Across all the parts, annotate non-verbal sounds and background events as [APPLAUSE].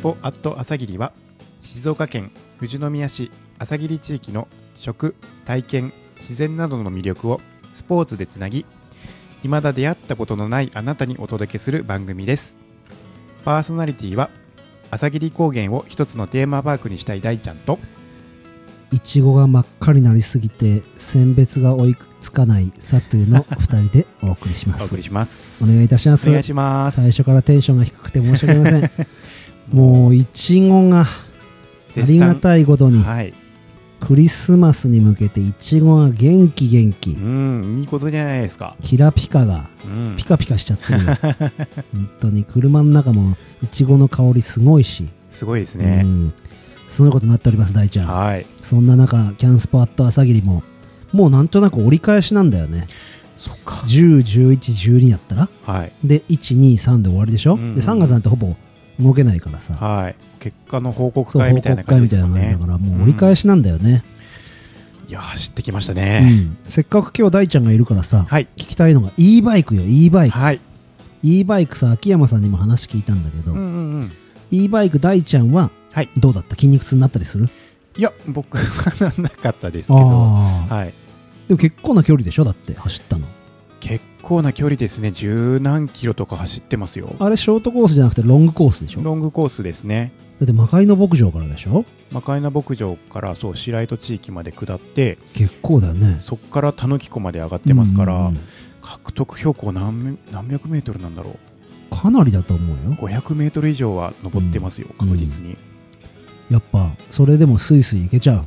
歩アット朝霧は静岡県富士宮市朝霧地域の食体験自然などの魅力をスポーツでつなぎ未だ出会ったことのないあなたにお届けする番組ですパーソナリティは朝霧高原を一つのテーマパークにしたい大ちゃんといちごが真っ赤になりすぎて選別が追いつかないサトゥーの2人でお送りしまおす送りしますお願いいたしますお願いします最初からテンションが低くて申し訳ありませんもういちごがあ絶り賛がたいことにはいクリスマスに向けていちごが元気元気うんいいことじゃないですかキラピカがうんピカピカしちゃ [LAUGHS] ってるよ本当に車の中もいちごの香りすごいし、すごいですうねんすごいことになっております大ちゃんはいそんな中、キャンスポアット朝霧も、もうなんとなく折り返しなんだよね。そっか10、11、12やったら。はいで、1、2、3で終わりでしょ、うんうんで、3月なんてほぼ動けないからさ。はい結果の報告そう、会報みたいな告感会じみでたいすなよねのだから、もう折り返ししなんだよね、いや走ってきましたうんねせっかく今日大ちゃんがいるからさ、はい聞きたいのが E バイクよ、E バイク。はい E バイクさ、秋山さんにも話聞いたんだけど、うんうんうん E バイク大ちゃんは、はいどうだった筋肉痛になったりするいや僕はなんなかったですけどはああ。いでも結構な距離でしょだって走ったの。結構な距離ですね十何キロとか走ってますよあれショートコースじゃなくてロングコースでしょロングコースですねだって魔界の牧場からでしょ魔界の牧場からそう白糸地域まで下って結構だよねそこから狸湖まで上がってますから、うんうん獲得標高何何百メートルなんだろうかなりだと思うよ500メートル以上は登ってますよ、うん確実に、やっぱそれでもスイスイ行けちゃう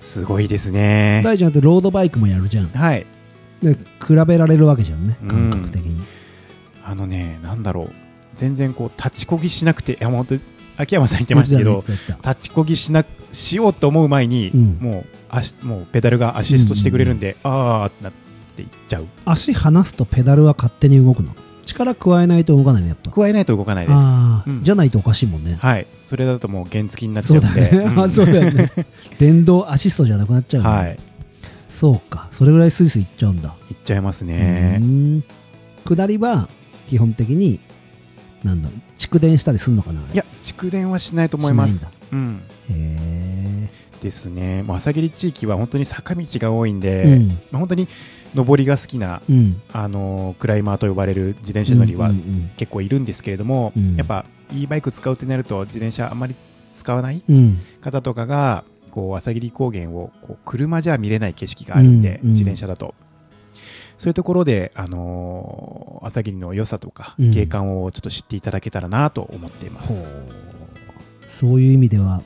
すごいですね大ちゃんってロードバイクもやるじゃんはいで比べられるわけじゃんねうん感覚的に、あのねなんだろう全然こう立ちこぎしなくていやもう本当に秋山さん言ってましたけ言どってた言ってた言って立ちこぎしなしようと思う前に、うんもう足もうペダルがアシストしてくれるんで、あーってなっていっちゃうた足離すとペダルは勝手に動くの力加えないと動かないのやっぱ加えないと動かないですああ、うんじゃないとおかしいもんねはいそれだともう原付になっちそゃううだんでよね、あ [LAUGHS] そうだよね電動アシストじゃなくなっちゃううんもんね、はいそうかそれぐらいスイスイ行っちゃうんだいっちゃいますねうーん下りは基本的になんだろう蓄電したりするのかないいや蓄電はしないと思いましすないんだうんへですねもう朝霧地域は本当に坂道が多いんで、えうんまあ本当に上りが好きな、うんあのークライマーと呼ばれる自転車乗りはうんうん結構いるんですけれども、うんやっぱ e バイク使うってなると自転車あまり使わないうんうん方とかがこう朝霧高原をこう車じゃ見れない景色があるんで、うんうん自転車だとそういうところで、あのー朝霧の良さとかうん景観をちょっと知っていただけたらなと思っていまほす、うそういう意味では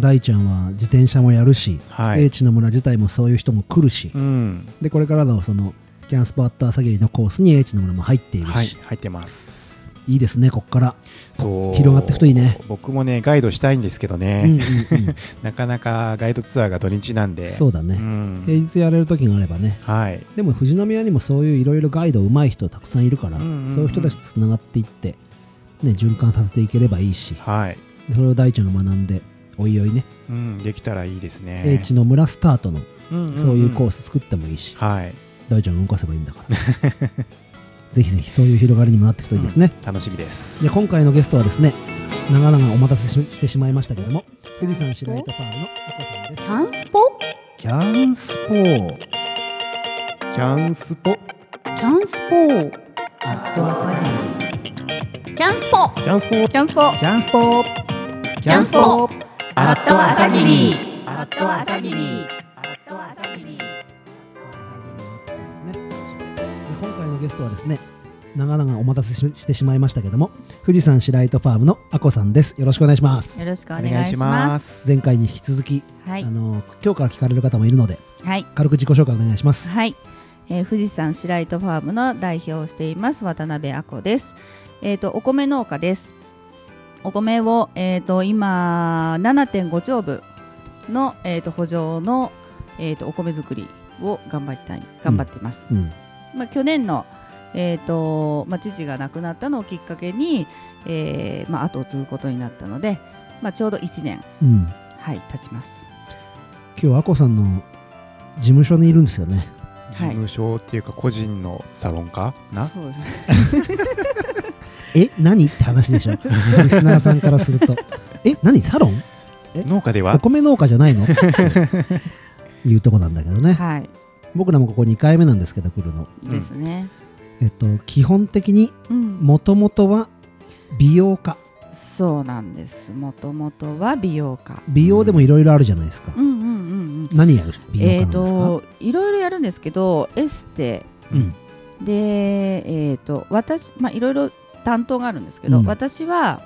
大ちゃんは自転車もやるし、はい、英知の村自体もそういう人も来るし、うんでこれからのそのキャンスパット朝霧のコースに英知の村も入っているし、はいい、入ってますいですねこっから、そう広がっていくといいね僕もねガイドしたいんですけどね、うんうんうんなかなかガイドツアーが土日なんでそうだうね、ん平日やれる時があればねはいでも富士宮にもそういういろいろガイド上手い人たくさんいるから、うんうんうんそういう人たちとつながっていって、ね、循環させていければいいしはい、でそれを大ちゃんが学んでおいおいね、うん、できたらいいですね英知の村スタートのうんんんそういうコース作ってもいいし、はい大ちゃんが動かせばいいんだから [LAUGHS] ぜひぜひそういう広がりにもなっていくといいですね、楽しみですで今回のゲストはですね長々お待たせししてしまいましたけども富士山白糸ファームのあこさんですキャンスポキャンスポーチャンスポキャンスポアット朝キャンスポチャンスポキャンスポキャンスポキャンスポアット朝霧アット朝霧アット朝霧ですね。で今回のゲストはですね、長々お待たせししてしまいましたけども、富士山白糸ファームのあこさんです。よろしくお願いします。よろしくおお願いしますす前回に引き続き、はいあの今日から聞かれる方もいるので、はい軽く自己紹介お願いします。はい、えー富士山白糸ファームの代表をしています渡辺亜子ですえっ、とお米農家ですお米をえっ、と今7.5丁分のえっ、と補助のえっ、とお米作りを頑張りたい頑張っています、うん、まあ、去年の、えーとまあ、父が亡くなったのをきっかけに、えーまあ、後を継ぐことになったので、まあ、ちょうど1年、うん、今はい、経ちます。日あこさんの事務所にいるんですよね。事務所っていうか個人のサロンかなそうですねえ何って話でしょリスナーさんからするとえ何サロンえ農家でおは米農家じゃないのっていうとこなんだけどね、はい僕らもここ2回目なんですけど来るの、うんですね、えっと、基本的にうん、もともとは美容家そうなんですもともとは美容家美容でもいろいろあるじゃないですか、うんうんうんうん何やる美容家えなっ、んですか、といろいろやるんですけどエステうんでえっ、と私まあいろいろ担当があるんですけど、うん私は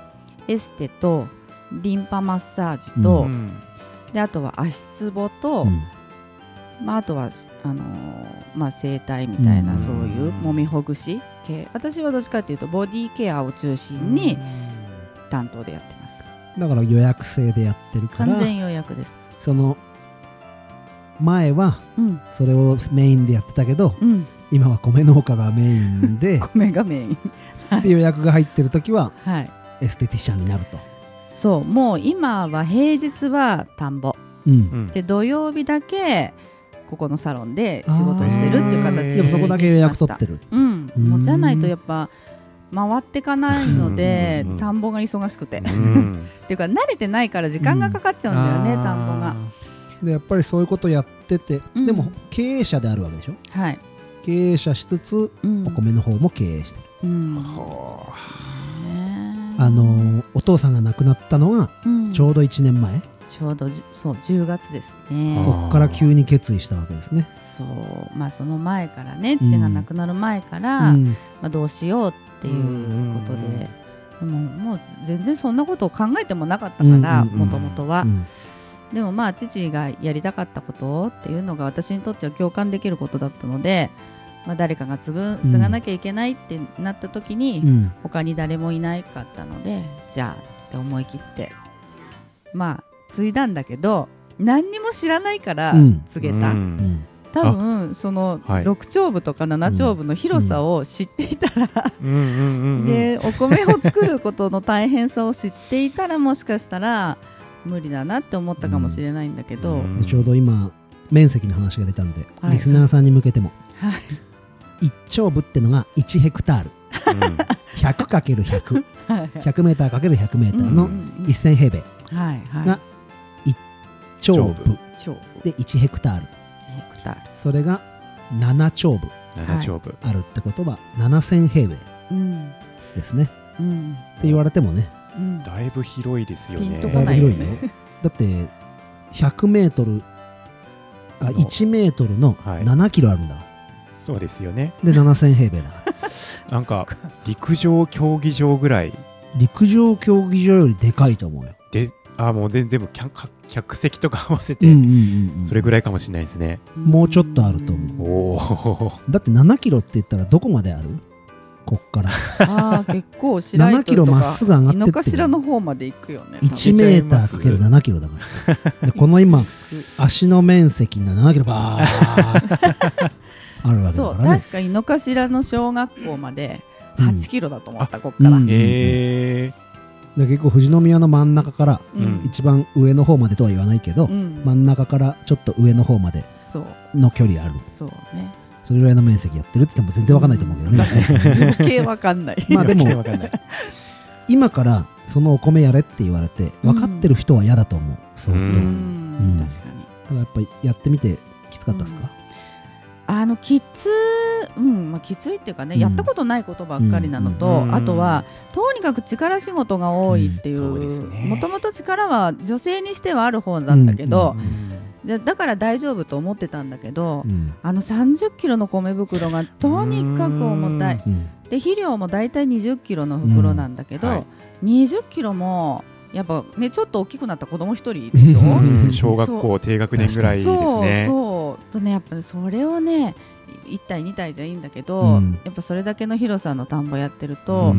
エステとリンパマッサージと、うんであとは足つぼと、うんまあ、あとは、あのーまあ、整体みたいな、うんそういう揉みほぐし系私はどっちかというとボディケアを中心に担当でやってますだから予約制でやってるから完全予約ですその前はうんそれをメインでやってたけどうん今は米農家がメインで米がメインで予約が入ってる時ははいエステティシャンになると、そうもう今は平日は田んぼうんうんで土曜日だけここのサロンで仕事をしてるっていう形にあーでもそこだけ予約取ってるるうんうんもうじゃないとやっぱ回ってかないのでうん田んぼが忙しくてっ [LAUGHS] うんていうか慣れてないから時間がかかっちゃうんだよね、田んぼがでやっぱりそういうことやってて、うんでも経営者であるわけでしょはい、経営者しつつうんお米の方も経営してる、うんあーはねあのーお父さんが亡くなったのはうんちょうど1年前、ちょうどじゅそう10月ですねあーそっから急に決意したわけですね、そうまあその前からね父が亡くなる前から、うんまあ、どうしようっていうことうんうんうんで。でももう全然そんなことを考えてもなかったからうんうんうんもともとは、うんでもまあ父がやりたかったことっていうのが私にとっては共感できることだったので、まあ、誰かが継ぐ継がなきゃいけないってなった時に、うん他に誰もいないかったのでじゃあって思い切ってまあ継いだんだけど何にも知らないからうん継げた、うんうん多分そのはい6丁部とか7丁部の広さを知っていたら、うんうんうんうんでお米を作ることの大変さを知っていたらもしかしたら無理だなって思ったかもしれないんだけど、うんでちょうど今面積の話が出たんで、はいリスナーさんに向けてもは一丁部ってのが1ヘクタールうん1 0 0 × [LAUGHS] はい1 0 0 1 0 0 × 1 0 0ーあの1000平米はいはいが丁部丁部超で1ヘクタールヘクターそれが7丁部七丁部あるってことは7000平米ルうんですねうんって言われてもねうんだいぶ広いですよピねンとだこいぶない広いよだって100メートルあの1メートルのはい7キロあるんだ、そうですよねで7000平 [LAUGHS] 米だからなんか陸上競技場ぐらい陸上競技場よりでかいと思うよ、であーもう全全部客客席とか合わせうてんうんうんそれぐらいかもしれないですねもうちょっとあると思おうんおだって7キロって言ったらどこまであるこっからああ結構白7糸キロとまかっすぐ上がって井っての頭の方まで行くよね1メーターかける7キロだからでこの [LAUGHS] 今足の面積が7キロバーッあるわけだそうからね確か井の頭の小学校までうん8キロだと思った、こっから、うんへえで結構富士宮の真ん中からうんうん一番上の方までとは言わないけど、うん真ん中からちょっと上の方までそうの距離あるそうねそれぐらいの面積やってるって言っても全然わかんないと思うけどね、余計わかんないまあでもわかんない [LAUGHS] 今からそのお米やれって言われて分かってる人は嫌だと思う相当、ううんだうんん確かにからやっぱりやってみてきつかったですか、あのきつうんまあ、きついっていうかね、うんやったことないことばっかりなのと、うんあとはとにかく力仕事が多いってういんそうですうねもともと力は女性にしてはある方なんだけど、うんでだから大丈夫と思ってたんだけど、うんあの30キロの米袋がとにかく重たいうんで肥料も大体20キロの袋なんだけど、うんはい20キロもやっぱ、ね、ちょっと大きくなった子供一人でしょううん小学校低学年ぐらいですねそうそうとねやっぱりそれをね1体2体じゃいいんだけど、うんやっぱそれだけの広さの田んぼやってるうと、ん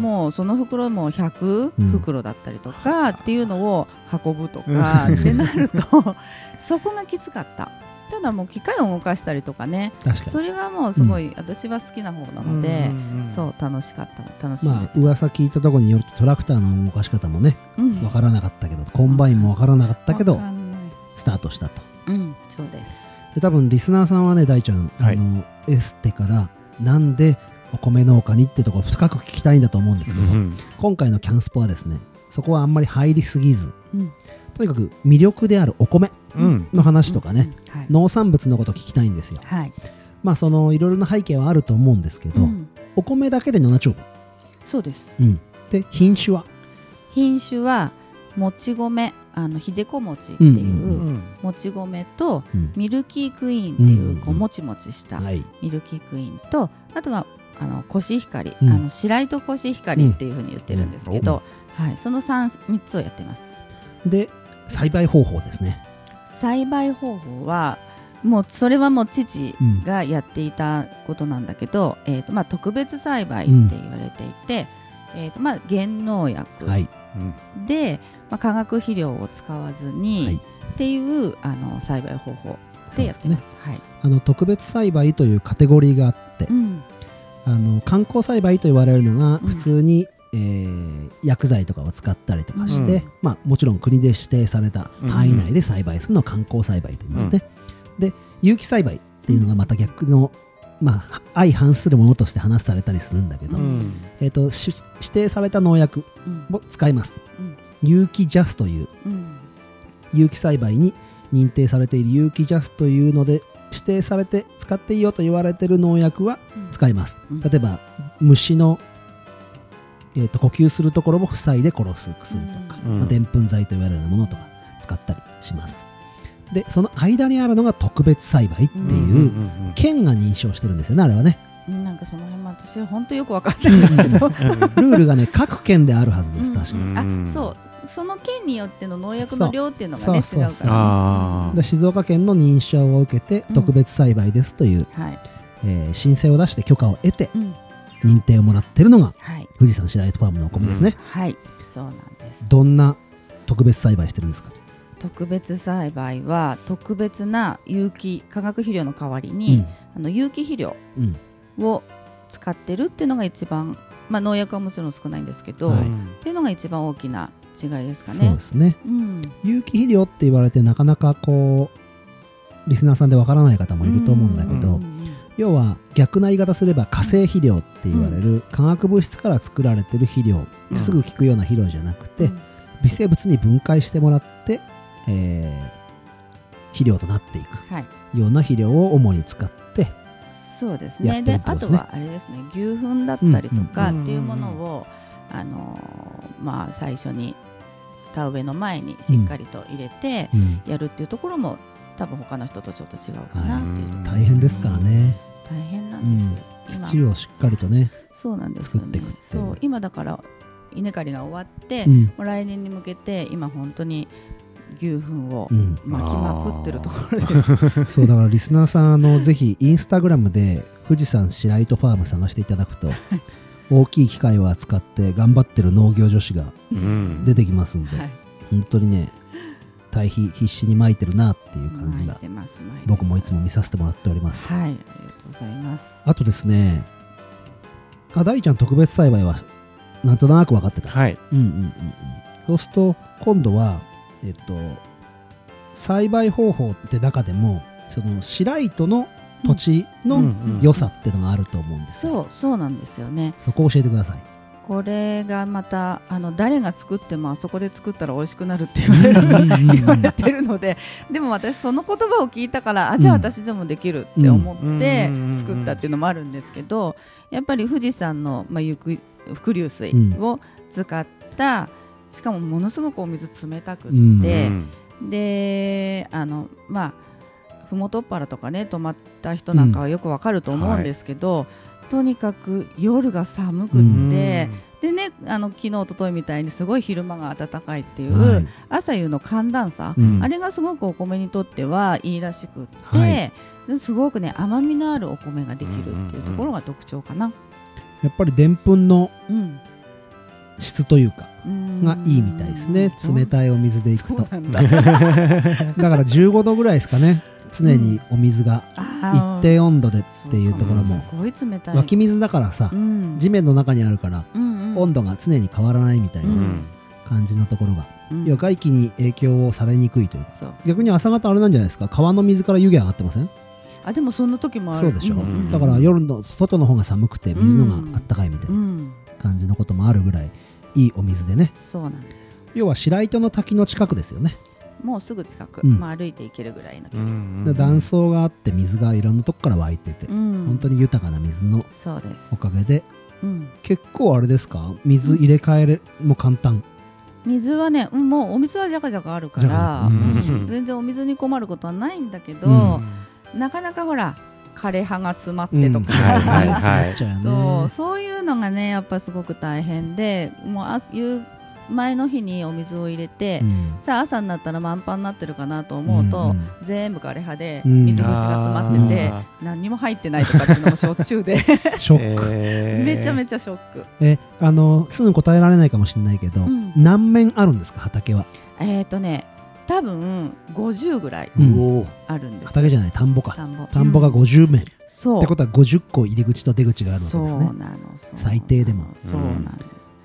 もうその袋も100うん袋だったりとかっていうのを運ぶとかってなるとそこがきつかったただもう機械を動かしたりとかね確かそれはもうすごい私は好きな方なので、そう楽しかった楽しにんでまあ噂聞いたところによるとトラクターの動かし方もねうん分からなかったけどコンバインも分からなかったけわどかんないスタートしたとうんそうですで多分リスナーさんはね大ちゃん、はいあのエステからなんでお米農家にってところ深く聞きたいんだと思うんですけど、うん今回のキャンスポはですねそこはあんまり入りすぎずうんとにかく魅力であるお米うんの話とかね、、うんはい農産物のこと聞きたいんですよはいまあそのいろいろな背景はあると思うんですけど、うんお米だけで7丁そうです分、で品種は品種はもち米あのひでこ餅っていう、うんうんもち米とうんミルキークイーンっていう、うんこうもちもちしたはいミルキークイーンとあとはあのコシヒカリ、うんあの白糸コシヒカリっていうふうに言ってるんですけど、はい、その 3, 三つをやってますで栽培方法ですね、栽培方法はもうそれはもう父うんがやっていたことなんだけど、えーとまあ、特別栽培って言われていて、えーとまあ、原農薬はいうんで、まあ、化学肥料を使わずに、はいっていうあの栽培方法でやってます。はいあの特別栽培というカテゴリーがあって、うんあの観光栽培と言われるのがうん普通に、えー薬剤とかを使ったりとかして、うんまあ、もちろん国で指定された範囲内で栽培するのを観光栽培と言いますね、で有機栽培っていうのがまた逆の、まあ、相反するものとして話されたりするんだけど、ううんんえー、とし指定された農薬うんを使います、うん有機ジャスといううん有機栽培に認定されている有機ジャスというので指定されて使っていいよと言われている農薬は使います、うん例えば虫の、えー、と呼吸するところを塞いで殺す薬とかう、んまあでんぷん剤と言われるようなものとか使ったりしますでその間にあるのが特別栽培っていう、うんうんうん県が認証してるんですよねあれはねうんなんかその辺も私は本当よく分かってないけど、ルール [LAUGHS] がね各県であるはずです確か、うんあそうその県によっての農薬の量っていうのがね違うそうからそうそうねあで静岡県の認証を受けてうん特別栽培ですという、はい、えー申請を出して許可を得てうん、認定をもらってるのがはい富士山白糸ファームのお米ですね、はいそうなんですどんな特別栽培してるんですか、特別栽培は特別な有機化学肥料の代わりに、あの有機肥料うんうんを使ってるっていうのが一番、まあ、農薬はもちろん少ないんですけど、うはっいんていうのが一番大きな違いですかね。そうですねうん有機肥料って言われてなかなかこうリスナーさんでわからない方もいると思うんだけど、うんうん要は逆な言い方すれば化成肥料って言われる、化学物質から作られてる肥料、うんすぐ効くような肥料じゃなくて、うん微生物に分解してもらって、えー肥料となっていくはい、ような肥料を主に使ってそうですやねってるでってこあとですとねはあれですね牛糞だったりとかうんうんっていうものを、あのーまあ、最初に田植えの前にしっかりと入れてやるっていうところも多分他の人とちょっと違うかなっていうところ、大変ですからね、大変なんですよ、今土をしっかりとね、そうなんですよ作っねてくっていうそう今だから稲刈りが終わって、うもんう来年に向けて今本当に牛糞をうん、巻きまくってるところです、そうだからリスナーさんあ [LAUGHS] のぜひインスタグラムで富士山白糸ファーム探していただくと大きい機械を扱って頑張ってる農業女子がうん出てきますんで、はい本当にね堆肥必死に巻いてるなっていう感じ巻いがてます巻いてます僕もいつも見させてもらっておりますはいありがとうございますあとですねあ大ちゃん特別栽培はなんとなく分かってた、はいうんうんうんうんそうすると今度はえっと栽培方法って中でもその白糸の土地うんのうん良さってのがあると思うんですよ、そうそうなんですよねそこを教えてくださいこれがまたあの誰が作ってもあそこで作ったら美味しくなるって言われる言われてるので [LAUGHS] でも私その言葉を聞いたからあじゃあうん私でもできるって思ってうん作ったっていうのもあるんですけどやっぱり富士山の、まあ、ゆく伏流水うんを使った、しかもものすごくお水冷たくって、うんうんであのまあふもとっぱらとかね泊まった人なんかはよくわかると思うんですけど、とにかく夜が寒くうって、んでねあの昨日おとといみたいにすごい昼間が暖かいっていう、はい朝夕の寒暖差、うんあれがすごくお米にとってはいいらしくって、はいですごくね甘みのあるお米ができるっていうところが特徴かな。やっぱりでんぷんのうん質というかうんがいいみたいですね冷たいお水でいくそうとなんだだから15度ぐらいですかね常にお水があー一定温度でっていうところそうもかもすごい冷たい湧き水だからさうん地面の中にあるからうんうん温度が常に変わらないみたいうなん感じのところがうん要は外気に影響をされにくいというかそう逆に朝方あれなんじゃないですか川の水から湯気上がってませんあでもそんな時もある、そうでしょ、うんうんだから夜の外の方が寒くて水の方があったかいみたいうなん感じのこともあるぐらいいいお水でねそうなんです要は白糸の滝の近くですよね、もうすぐ近うく、んまあ、歩いていけるぐらいの距う離、んで断層があって水がいろんなとこから湧いてて、うん本当に豊かな水のそうですおかげでうん、結構あれですか水入れ替えれも簡単水はねうんもうお水はじゃかじゃかあるかじゃら、かうん全然お水に困ることはないんだけど、うんなかなかほら枯れ葉が詰まってとうんか、はいはい詰ま [LAUGHS] っちゃうそようねそういうのがねやっぱすごく大変でもうあ夕前の日にお水を入れて、うんさあ朝になったら満帆になってるかなと思うと、んん全部枯れ葉でうん水口が詰まってて、あ何にも入ってないとかっていうのもしょっちゅ [LAUGHS] うでショック、ーめちゃちめちゃショック。えあのすぐ答えられないかもしれないけど、うん何面あるんですか畑はえっ、とね多分50ぐらいうんおーあるんですよ畑じゃない田んぼか田んぼ田んぼが50面、っそうてことは50個入り口と出口があるわけですそねうなのそう最低でもそうなんで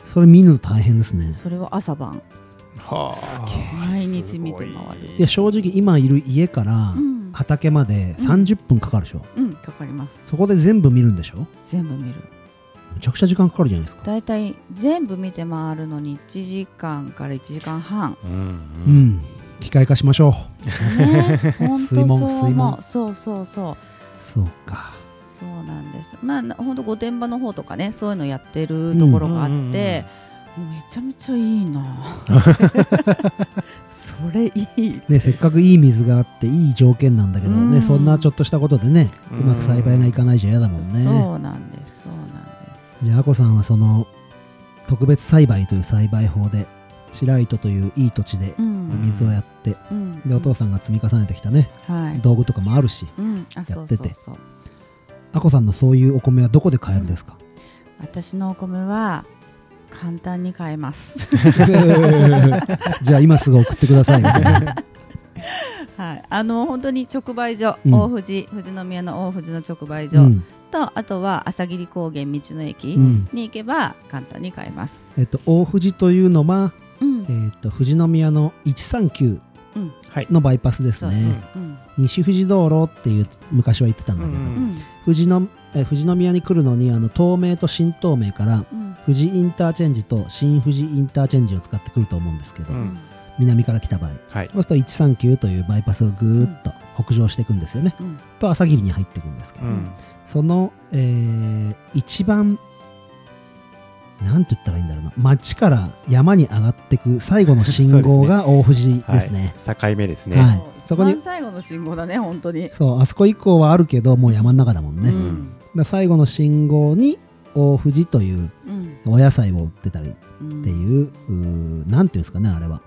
す、それ見るの大変ですねそれを朝晩はあす毎日見て回るすごいや正直今いる家からうん、畑まで30分かかるでしょ、うん、かかりますそこで全部見るんでしょ全部見るむちゃくちゃ時間かかるじゃないですかだいたい全部見て回るのに1時間から1時 [LAUGHS] 間半うんううんん機械化しましょうねほんと水門そう水思う門そうそうそうそうかそうなんですまあなほんと御殿場の方とかねそういうのやってるところがあって、うんうんうんうんもうめちゃめちゃいい [LAUGHS] なそれいいね、せっかくいい水があっていい条件なんだけどね、うんそんなちょっとしたことでねううんまく栽培がいかないじゃ嫌だもんねそうなんですそうなんですじゃああこさんはその特別栽培という栽培法で白糸といういい土地でうん水をやって、うんでお父さんが積み重ねてきたね、はい道具とかもあるしうん、あそうてそうてそうあこさんのそういうお米はどこで買えるんです [LAUGHS] か [LAUGHS] 私のお米は簡単に買えますじゃあ今すぐ送ってくださいみたい [LAUGHS] なはい [LAUGHS] あの本当に直売所、うん大藤富士宮の大藤の直売所、うんとあとは朝霧高原道の駅うんに行けば簡単に買えます、えっと、大藤というのは、うんえっと富士宮の139はいのバイパスですそうねですうん西富士道路っていう昔は言ってたんだけど、うんうん富士のえ富士宮に来るのにあの東名と新東名からうん富士インターチェンジと新富士インターチェンジを使ってくると思うんですけど、ううんん南から来た場合はいそうすると139というバイパスをぐーっと北上していくんですよね、うんと朝霧に入っていくんですけど、うんその、えー一番なんて言ったらいいんだろうな町から山に上がっていく最後の信号が大藤ですね境目ですはねいそこに一番最後の信号だね本当にそうあそこ以降はあるけどもう山の中だもんね、うだかんら最後の信号に大藤といううんお野菜を売ってたりっうんていう,、うーなんていうんですかねあれは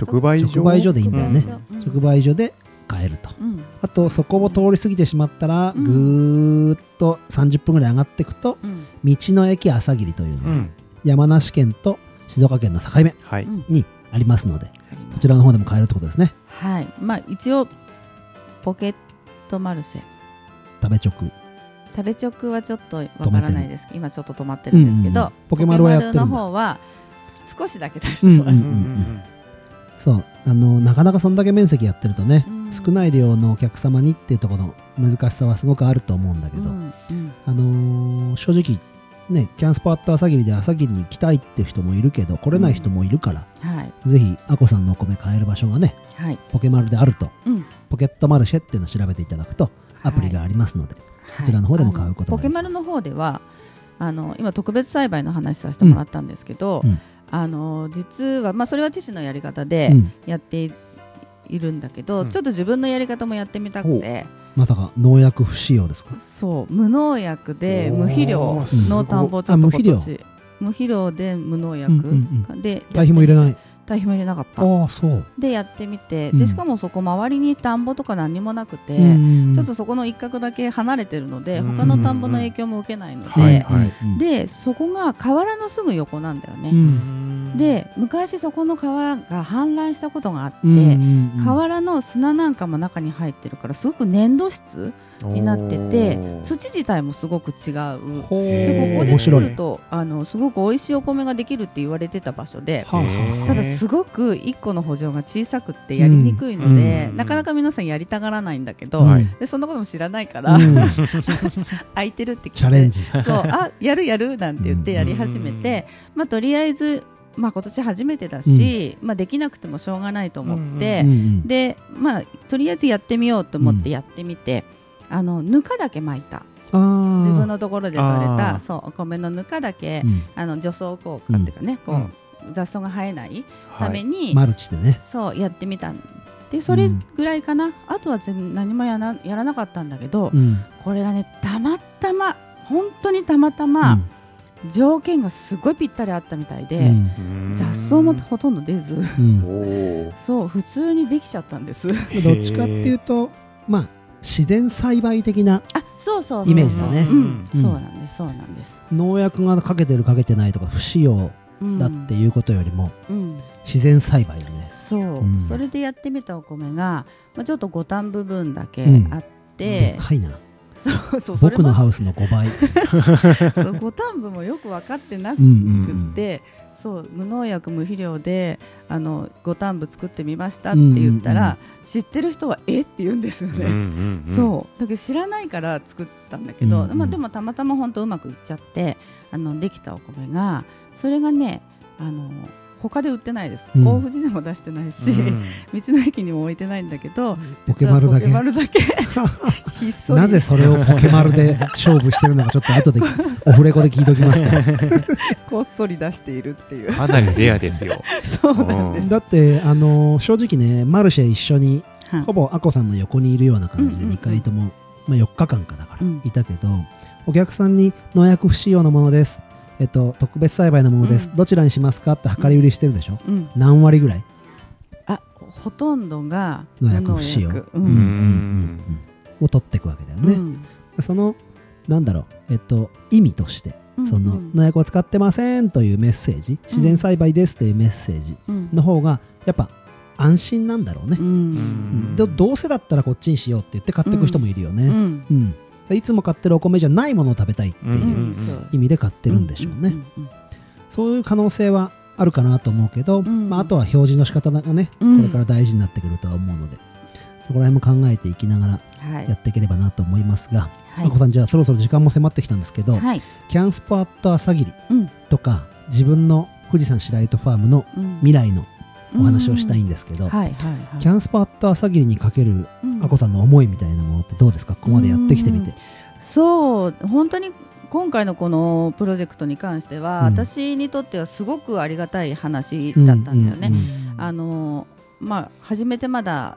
直売所直売所でいいんだよね、うん直売所で買えるとうんあとそこを通り過ぎてしまったら、うんぐーっと30分ぐらい上がっていくとうん道の駅朝霧というのが、うん山梨県と静岡県の境目はいうんにありますのでありますそちらの方でも買えるってことですねはいまあ一応ポケットマルシェ食べ直食べ直はちょっとわからないですけど今ちょっと止まってるんですけど、うんうんポケマルはやってるんだポケマルの方は少しだけ出してます、ううんんううんんううんんそうあのなかなかそんだけ面積やってるとね、うん少ない量のお客様にっていうところの難しさはすごくあると思うんだけど、うんうんあのー正直ねキャンスパーット朝霧で朝霧に来たいっていう人もいるけど来れない人もいるから、はいぜひあこさんのお米買える場所がねはい、ポケマルであるとうん、ポケットマルシェっていうのを調べていただくとアプリがありますので、こちらの方でも買うことがあのポでケきマますルの方ではあの今特別栽培の話させてもらったんですけど、うんあの実は、まあ、それは父のやり方でうん、やっているんだけど、うんちょっと自分のやり方もやってみたくて、まさか農薬不使用ですかそう無農薬でおー無肥料すごいの田んぼをちょっとあ無今肥料年無肥料で無農薬、うんうんで堆肥も入れない堆肥も入れなかったああそう、でやってみてうでんしかもそこ周りに田んぼとか何にもなくて、うんちょっとそこの一角だけ離れてるので、うん他の田んぼの影響も受けないので、はいはいうんでそこが河原のすぐ横なんだよね、うんうんで昔そこの川が氾濫したことがあって、河原の砂なんかも中に入ってるからすごく粘土質になってて土自体もすごく違う。でへーここ面で白作いるとあのすごく美味しいお米ができるって言われてた場所ではあはあただすごく1個の補助が小さくってやりにくいので、うんなかなか皆さんやりたがらないんだけど、はいでそんなことも知らないから、うん空いてるって聞いてチャレンジそうあやるやるなんて言ってやり始めて、まあ、とりあえず、まあ、今年初めてだし、まあ、できなくてもしょうがないと思って、うんでまあ、とりあえずやってみようと思ってやってみて、あのぬかだけ巻いたあー自分のところで取れあーたそうお米のぬかだけ、うんあの除草効果っていうかね、こううん雑草が生えないためにに、マルチでねそうやってみたんでそれぐらいかな、あとは全部何もやらやらなかったんだけど、うんこれがねたまたま本当にたまたま、条件がすごいぴったりあったみたいで、うん雑草もほとんど出ず、 [LAUGHS] うんおそう普通にできちゃったんです。うんどっちかっていうとまあ自然栽培的なあそうそうイメージだねうん、うんそうなんですそうなんです。農薬がかけてるかけてないとか不使用うんだっていうことよりもうん自然栽培だねそう、んそれでやってみたお米が、まあ、ちょっと五反部分だけうんあってで、かいなそうそうそれ僕のもハウスの5倍 [LAUGHS] そう五反部もよく分かってなくうて、んそう無農薬無肥料であの五反部作ってみましたって言ったら、知ってる人はえって言うんですよね。そうだけど知らないから作ったんだけど、うんうんまあ、でもたまたま本当うまくいっちゃってあのできたお米がそれがねあの他で売ってないです、うん大藤でも出してないし、道の駅にも置いてないんだけどポケマルだけ実はポケマルだけ [LAUGHS] ひっそりなぜそれをポケマルで勝負してるのかちょっと後 [LAUGHS] でオフレコで聞いときますかこっそり出しているっていう [LAUGHS] かなりレアですよ。そうなんです。だってあの正直ねマルシェ一緒にはいほぼアコさんの横にいるような感じでうんうんうん2回とも、まあ、4日間かだからうんいたけど、お客さんに農薬不使用のものです、えっと、特別栽培のものです、うんどちらにしますかって量り売りしてるでしょ、うん何割ぐらいあほとんどが農薬不使用無農薬うんうんを取っていくわけだようね、んそのなんだろう、えっと、意味としてうんそのうん農薬を使ってませんというメッセージ自然栽培ですというメッセージうんの方がやっぱ安心なんだろうねう、んうんどどうせだったらこっちにしようって言って買っていく人もいるよね、うんうん、いつも買ってるお米じゃないものを食べたいってうんいううんそう意味で買ってるんでしょうね、うんそういう可能性はあるかなと思うけど、んまあ、あとは表示の仕方がねこうんれから大事になってくるとは思うので、そこら辺も考えていきながらうんはいやっていければなと思いますが、はあこさんじゃあそろそろ時間も迫ってきたんですけど、いはいキャンスポアット朝霧うんとか自分の富士山白糸ファームのうん未来のお話をしたいんですけど、はいはいはいキャンスポアット朝霧にかけるうんあこさんの思いみたいなものってどうですかここまでやってきてみて。そう本当に今回のこのプロジェクトに関しては、うん私にとってはすごくありがたい話だったんだようね。んあのまあ初めてまだ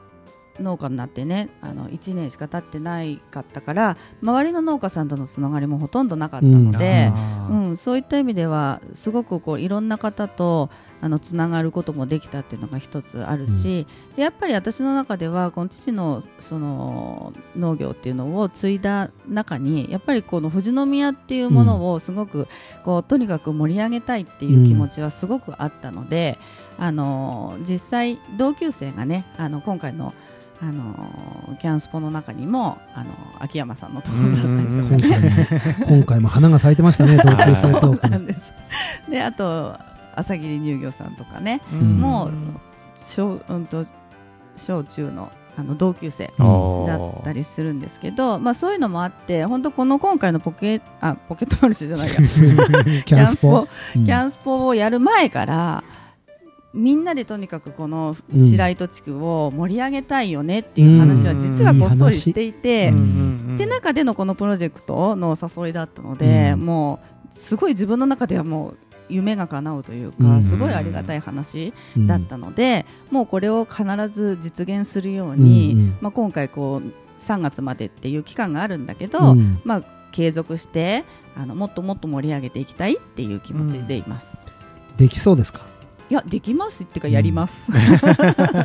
農家になってねあの1年しか経ってないかったから周りの農家さんとのつながりもほとんどなかったので、うんそういった意味ではすごくこういろんな方とあのつながることもできたっていうのが一つあるし、でやっぱり私の中ではこの父のその農業っていうのを継いだ中にやっぱりこの富士宮っていうものをすごくこうとにかく盛り上げたいっていう気持ちはすごくあったので、あの実際同級生がねあの今回のあのキャンスポの中にもあの秋山さんのところだったりと今回もか今回も花が咲いてま [LAUGHS] したね、同級生トそうークなのんです。で、あと、朝霧乳業さんとかね、んもう、小、うんと、小中の、あの、同級生。だったりりするんですけど、まあ、そういうのもあって本当この今回のポケあポケットマルシェじゃないや [LAUGHS] キャンスポ。キうんャンスポをやる前からみんなでとにかくこのうん白糸地区を盛り上げたいよねっていう話は実はこっそりしていて、うんで中でのこのプロジェクトの誘いだったので、うんもうすごい自分の中ではもう夢が叶うといううか、んすごいありがたい話うんだったので、もうこれを必ず実現するように、うんうんまあ、今回こう3月までっていう期間があるんだけど、うんまあ、継続してあのもっともっと盛り上げていきたいっていう気持ちでいます。できそうです [LAUGHS] かいやできますっていうかやります。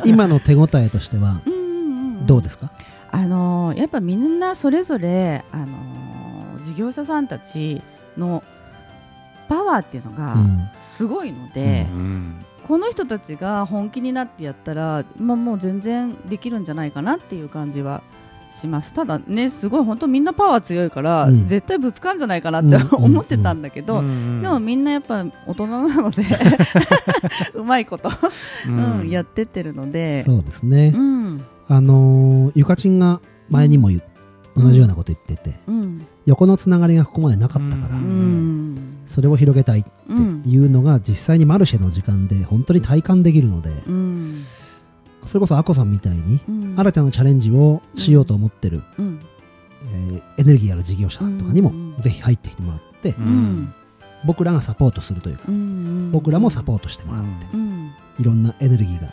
今の手応えとしてはうんうんうんどうですかあのーやっぱみんなそれぞれ、あのー事業者さんたちのパワーっていうのがうんすごいのうで、んこの人たちが本気になってやったら、まあ、もう全然できるんじゃないかなっていう感じはしますただねすごい本当みんなパワー強いから、うん絶対ぶつかんじゃないかなってうん [LAUGHS] 思ってたんだけど、うんでもみんなやっぱ大人なのでうまいこと、うん [LAUGHS] やってってるので。そうですねう、んあのーゆかちんが前にも言う同じようなこと言ってて、うん横のつながりがここまでなかったから、ううんんそれを広げたいってうんいうのが実際にマルシェの時間で本当に体感できるので、うんそれこそアコさんみたいにうん新たなチャレンジをしようと思ってる、うんえーエネルギーある事業者とかにもうんぜひ入ってきてもらって、ううんん僕らがサポートするというか、うん僕らもサポートしてもらう、うんいろんなエネルギーが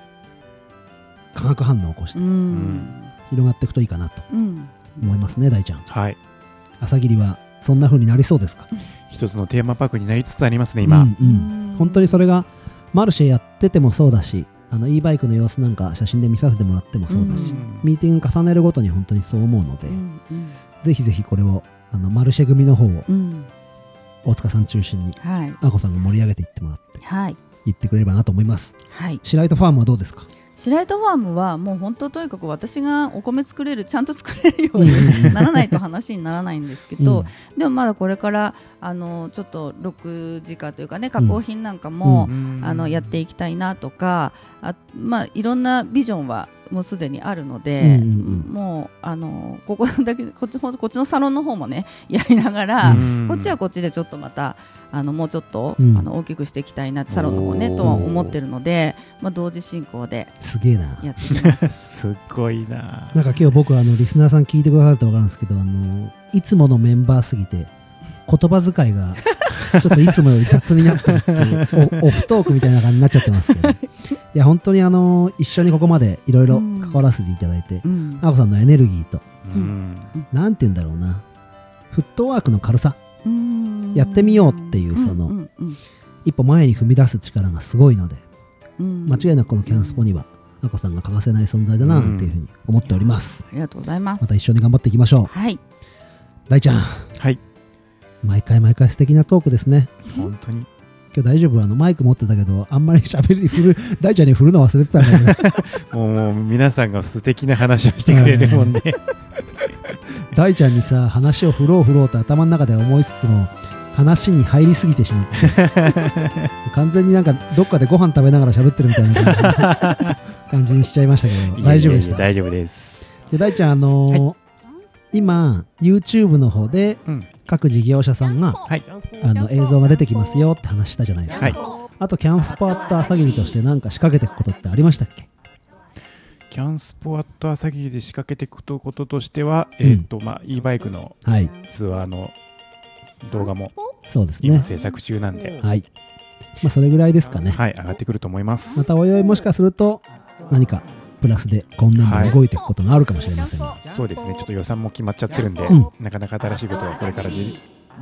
化学反応を起こしうてん広がっていくといいかなとうん思いますね、大ちゃんはい朝霧はそんな風になりそうですか一つのテーマパークになりつつありますね今、うんうん本当にそれがマルシェやっててもそうだしあの e バイクの様子なんか写真で見させてもらってもそうだし、うんミーティング重ねるごとに本当にそう思うので、うんうんぜひぜひこれをあのマルシェ組の方をうん大塚さん中心にはいあこさんが盛り上げていってもらってはい言ってくれればなと思いますはい白糸ファームはどうですか白糸ファームはもう本当とにかく私がお米作れるちゃんと作れるように [LAUGHS] ならないと話にならないんですけど、でもまだこれからあのちょっと6時間というかね加工品なんかも、うんあのやっていきたいなとかあ、まあ、いろんなビジョンはもうすでにあるので、うんうんうんもうあのここだけこっちほんとこっちのサロンの方もね [LAUGHS] やりながら、うんこっちはこっちでちょっとまたあのもうちょっと、うんあの大きくしていきたいなサロンの方ねおー。とは思ってるので、まあ、同時進行ですげえなやってい [LAUGHS] きますすごいななんか今日僕はあのリスナーさん聞いてくださると分かるんですけどあのいつものメンバーすぎて言葉遣い [LAUGHS] がちょっといつもより雑になってるっていうおオフトークみたいな感じになっちゃってますけどいや本当にあの一緒にここまでいろいろ関わらせていただいてうんあこさんのエネルギーとうんなんて言うんだろうなフットワークの軽さうんやってみようっていうそのんうん一歩前に踏み出す力がすごいのでうん間違いなくこのキャンスポにはあこさんが欠かせない存在だなっていうふうに思っておりますありがとうございます。また一緒に頑張っていきましょはい、う大ちゃんはい毎回毎回素敵なトークですね本当に今日大丈夫あのマイク持ってたけどあんまり喋り振る大ちゃんに振るの忘れてたん [LAUGHS] だけどもうもう皆さんが素敵な話をしてくれるもんで、大ちゃんにさ話を振ろう振ろうと頭の中で思いつつも話に入りすぎてしまって完全になんかどっかでご飯食べながら喋ってるみたいな感じ感じにしちゃいましたけど大丈夫でしいたやいやいや大丈夫です、で大ちゃんあのー今 YouTube の方でうん、各事業者さんがはいあの映像が出てきますよって話したじゃないですか、はいあとキャンスパーと朝霧としてなんか仕掛けていくことってありましたっけキャンスポアット朝霧で仕掛けていくこととしては、うんえっ、と、まあ、e バイクのはいツアーの動画もそうです今ね制作中なんで、はいまあそれぐらいですかねはい、上がってくると思います。またおいおいもしかすると何かプラスで今年は度い動いていくことがあるかもしれませんが、そうですね、ちょっと予算も決まっちゃってるんで、うんなかなか新しいことはこれから出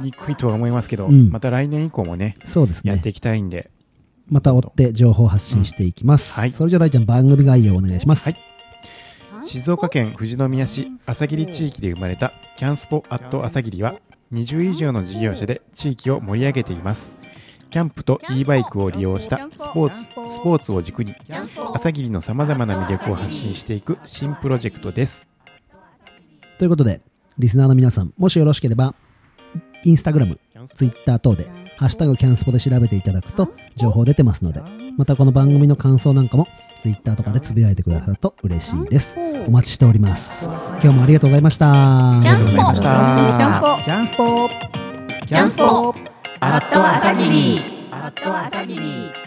にくいとは思いますけど、うんまた来年以降もね、そうですやっねていきたいんで、また追って情報発信していきます、うんはいそれじゃあ大ちゃん番組概要をお願いします、はい静岡県富士宮市朝霧地域で生まれたキャンスポアット朝霧は20以上の事業者で地域を盛り上げていますキャンプと e バイクを利用したスポーツスポーツを軸に朝霧のさまざまな魅力を発信していく新プロジェクトですということでリスナーの皆さんもしよろしければインスタグラムツイッター等で「ハッシュタグキャンスポ」で調べていただくと情報出てますのでまたこの番組の感想なんかもツイッターとかでつぶやいてくださると嬉しいですお待ちしております今日もありがとうございましたキャンありがとうございまスしポたキャンポキャンスポーキャンスポアアッットト朝朝霧霧アット朝霧